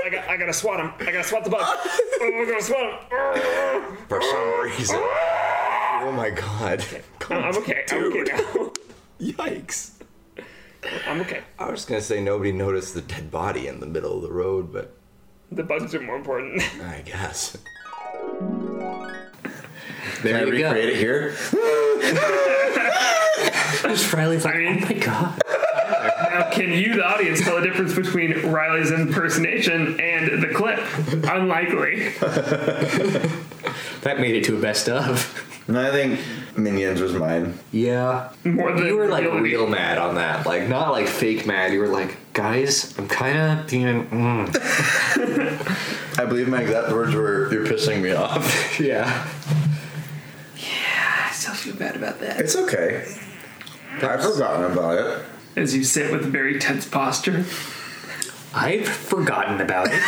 I got I gotta swat him. I gotta swat <laughs> the bug. oh, I gotta swat him. Oh, For some reason. Oh my god. I'm okay. I'm okay now. Yikes. I'm okay. I was gonna say nobody noticed the dead body in the middle of the road, but The bugs are more important. I guess. there you Recreate go. it here. Just Riley's like, oh my god. Now, can you, the audience, tell the difference between Riley's impersonation and the clip? Unlikely. That made it to a best of. <laughs> And I think Minions was mine. Yeah. More than you were like reality. real mad on that, like not like fake mad. You were like, guys, I'm kind of being, <laughs> mm. I believe my exact words were, "You're pissing me <laughs> off." yeah. I still feel bad about that. It's okay. I've forgotten about it. As you sit with a very tense posture. I've forgotten about <laughs> it.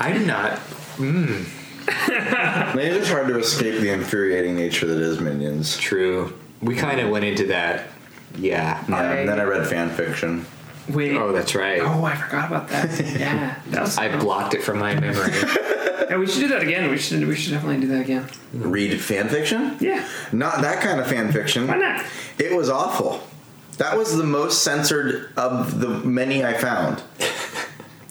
I'm not. Maybe it's hard to escape the infuriating nature that is Minions. True. We kind of went into that. Yeah. Yeah, and then I read fan fiction. Wait. Oh, that's right. Oh, I forgot about that. Yeah, that was. I blocked it from my memory. yeah, we should do that again. We should. We should definitely do that again. Read fan fiction? Yeah. Not that kind of fan fiction. Why not? It was awful. That was the most censored of the many I <laughs> found.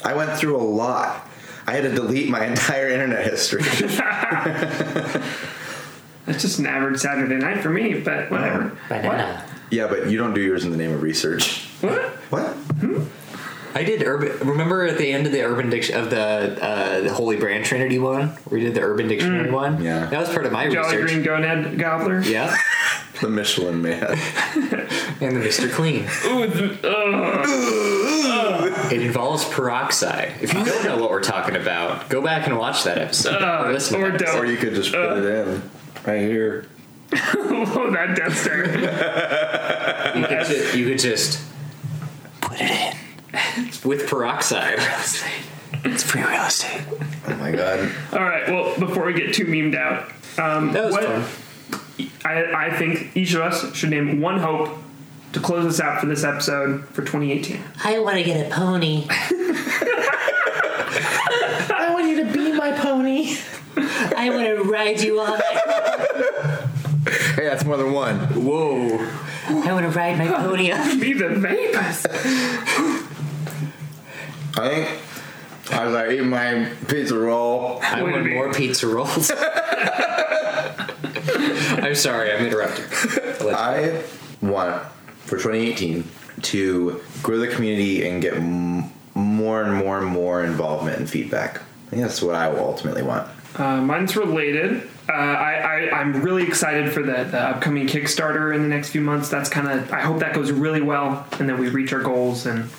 I went through a lot. I had to delete my <laughs> entire internet <laughs> history. That's just an average Saturday night for me, but whatever. Banana. yeah, but you don't do yours in the name of research. What? What? I did urban. Remember at the end of the Urban Diction of the uh, the Holy Brand Trinity one, we did the Urban Dictionary one. Yeah. That was part of my Jolly research. Green Gonad Gobbler. Yeah. The Michelin Man. And the Mr. Clean. <laughs> Ooh, uh, th- ugh. It involves peroxide. If you don't know what we're talking about, go back and watch that episode. Uh, or listen or to that. or don't. you could just put it in Uh. right here. <laughs> oh, that death stare. You could ju- you could just, <laughs> with peroxide. <laughs> It's free real estate. Oh my god. All right. Well, before we get too memed out, um, That was what fun. I, I think each of us should name one hope to close us out for this episode for 2018. I want to get a <laughs> pony. I want you to be my <laughs> pony. I want to ride you all night. Hey, that's more than one. Whoa. I want to ride my pony up. Be the vapors. I think I was like eating my pizza roll. I Way to want be- more pizza rolls. <laughs> I'm sorry, I'm interrupting. I want for 2018 to grow the community and get m- more and more and more involvement and feedback. I think that's what I will ultimately want. Uh, mine's related. Uh, I, I, I'm really excited for the, the upcoming Kickstarter in the next few months. That's kind of, I hope that goes really well and that we reach our goals and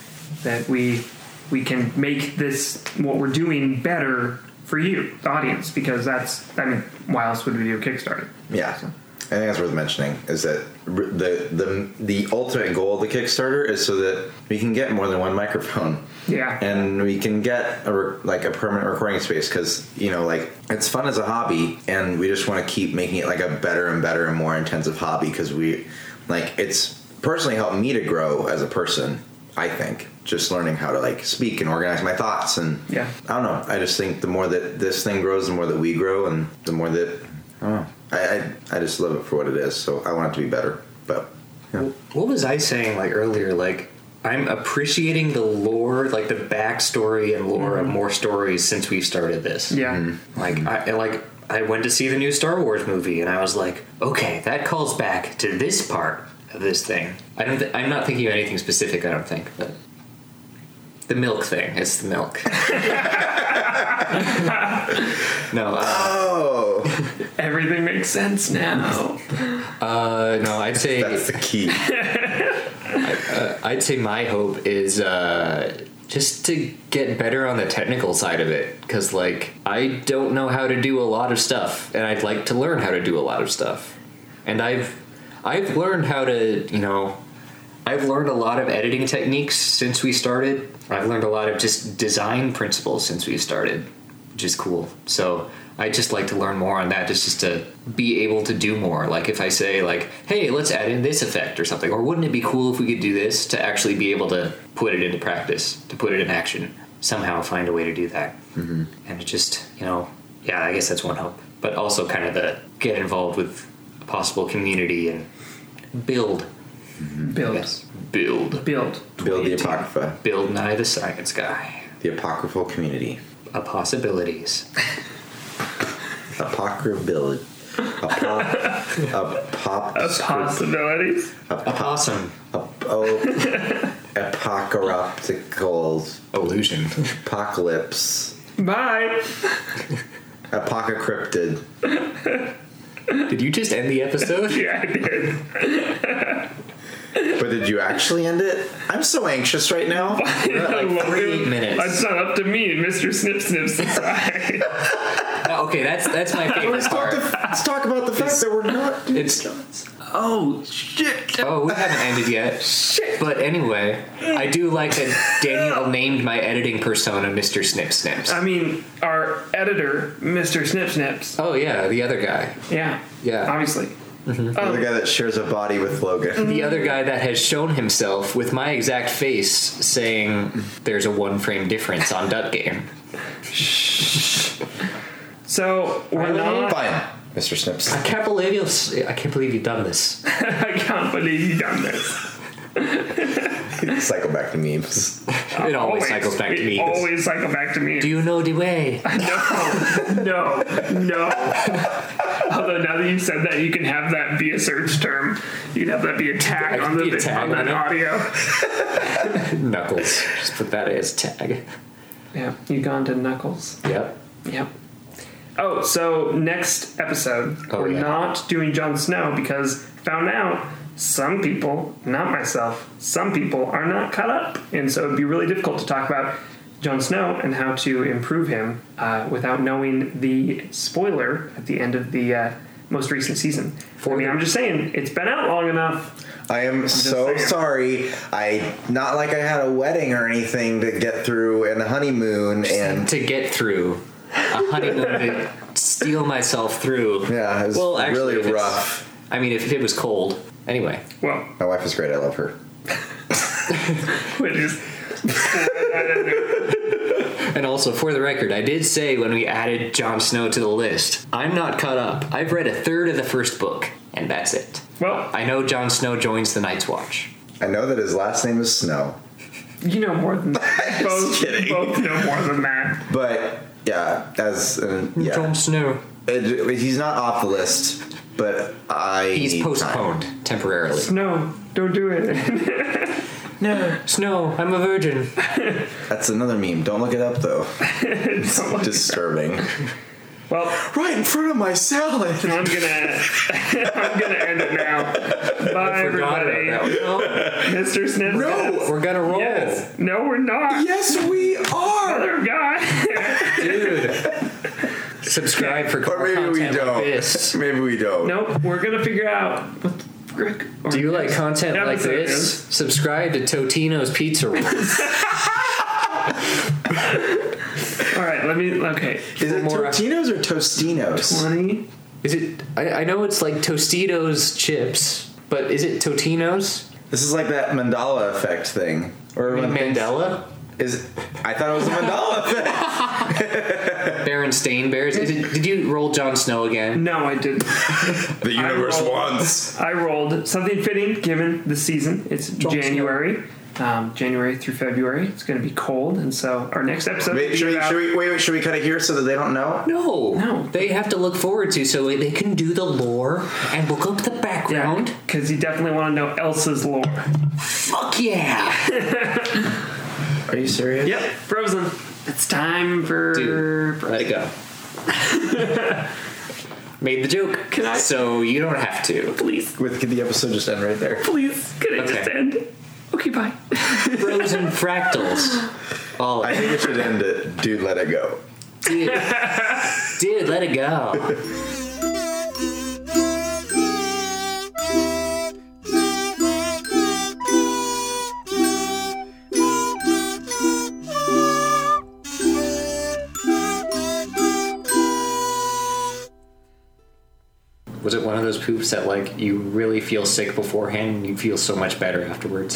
that we we can make this, what we're doing, better for you, the audience, because that's, I mean, why else would we do a Kickstarter? Yeah, I think that's worth mentioning is that r- the the the ultimate goal of the Kickstarter is so that we can get more than one microphone. Yeah. and we can get a re- like a permanent recording space because you know like it's fun as a hobby, and we just want to keep making it like a better and better and more intensive hobby because we like it's personally helped me to grow as a person. I think just learning how to like speak and organize my thoughts and Yeah. I don't know. I just think the more that this thing grows, the more that we grow, and the more that I don't know. I I, I just love it for what it is. So I want it to be better. But yeah. What was I saying like earlier? Like I'm appreciating the lore, like the backstory and lore of more stories since we started this. Yeah. Like I and, like I went to see the new Star Wars movie and I was like, okay, that calls back to this part of this thing. I don't. Th- I'm not thinking of anything specific. I don't think, but the milk thing. It's the milk. <laughs> no, uh, oh, Everything makes sense now. uh, no. I'd <laughs> <laughs> say that's the key. I'd say my hope is uh, just to get better on the technical side of it because, like, I don't know how to do a lot of stuff, and I'd like to learn how to do a lot of stuff. And I've I've learned how to, you know, I've learned a lot of editing techniques since we started. I've learned a lot of just design principles since we started, which is cool. So I just like to learn more on that, just just to be able to do more. Like if I say like, "Hey, let's add in this effect or something," or wouldn't it be cool if we could do this to actually be able to put it into practice, to put it in action, somehow find a way to do that, mm-hmm. and it just you know, yeah, I guess that's one hope. But also kind of the get involved with a possible community and build, Build. yes, build Build. Build the apocrypha, Bill Nye the Science Guy. the apocryphal community, A possibilities. apocryphal, apop, apop, Possibilities. A possum. oh, apocalyptical Illusion. apocalypse, Bye. apocryptid. <laughs> Did you just end the <laughs> episode? Yeah, I did. But did you actually end it? I'm so anxious right now. <laughs> Well, three it- minutes. It's not up to me and Mr. Snip <laughs> Snip's side. Oh, okay, that's that's my favorite part. Let's talk about the fact that we're not. It's oh, shit. oh, we haven't ended yet. But anyway, I do like that <laughs> Daniel named my editing persona Mr. Snip Snips. I mean, our editor, Mr. Snip Snips. Oh yeah, the other guy. Yeah. Yeah. Obviously. The guy that shares a body with Logan. The other guy that has shown himself with my exact face saying there's a one frame difference on Duck Game. So we're not. Fine, Mr. Snips. <laughs> I can't believe you I can't believe you've done this. <laughs> I can't believe you done this. Cycle back to memes. It always, cycles back to It me. Always cycle back to me. Do you know the way? no, no. <laughs> Although now that you said that, you can have that be a search term. You can have that be a tag I on can the be a tag on on that it. audio. Knuckles. Just put that as tag. Yeah, you gone to Knuckles. Yep. Yep. Oh, so next episode, Oh, we're yeah. not doing Jon Snow because found out some people, not myself, some people are not caught up, and so it'd be really difficult to talk about Jon Snow and how to improve him uh, without knowing the spoiler at the end of the uh, most recent season. I mean, I'm just saying it's been out long enough. I am so saying. sorry. I not like I had a wedding or anything to get through and a honeymoon and to get through a honeymoon to steal myself through. yeah, it was Well, actually, if really it's- rough. I mean, if it was cold. Anyway, Well, <laughs> My wife is great. I love her. which is and also for the record, I did say when we added Jon Snow to the list, I'm not caught up. I've read a third of the first book, and that's it. well, I know Jon Snow joins the Night's Watch. I know that his last name is Snow, you know more than <laughs> that. both. kidding. Both know more than that. but yeah, as uh, yeah, Jon Snow. It- he's not off the list. But I He's need postponed temporarily. No, don't do it. <laughs> No, Snow, I'm a virgin. time. That's another meme. Don't look it up though. It's Disturbing. well, right in front of my salad. I'm gonna <laughs> I'm gonna end it now. Bye, Forgot everybody. about that one. Mr. Sniff. No, we're gonna roll. Yes. No, we're not. Yes, we are. Other guy. <laughs> Dude. Subscribe for Or maybe we content don't. like this. Maybe we don't. nope. We're gonna figure out. What the frick? Do you like content like Episode this? is- Subscribe to Totino's Pizza Rolls. All right. Let me. Okay. Is it More- Totino's or Tostinos? Twenty. Is it? I, I know it's like Tostitos chips, but is it Totino's? This is like that mandala effect thing. Or when things- Mandela? Is I thought it was a mandala effect. Baron Stain Bears? Is it, did you roll Jon Snow again? No, I didn't. The universe <laughs> wants. I rolled something fitting given the season. It's January. Um, January through February. It's going to be cold, and so our next episode. will Wait, be should we, about- should we wait, wait? Should we cut it here so that they don't know? No. No. They have to look forward to so they can do the lore and look up the background. Because you definitely want to know Elsa's lore. Fuck yeah! Are you serious? Yep, Frozen. It's time for. Dude. Let it go. <laughs> Made the joke. Can I- So you don't have to. Please, With could the episode just end right there? please, can I just Okay. end? Okay, bye. Frozen fractals. All of I it. think it should end it. Dude, let it go. Dude. Dude, let it go. Was it one of those poops that like you really feel sick beforehand and you feel so much better afterwards?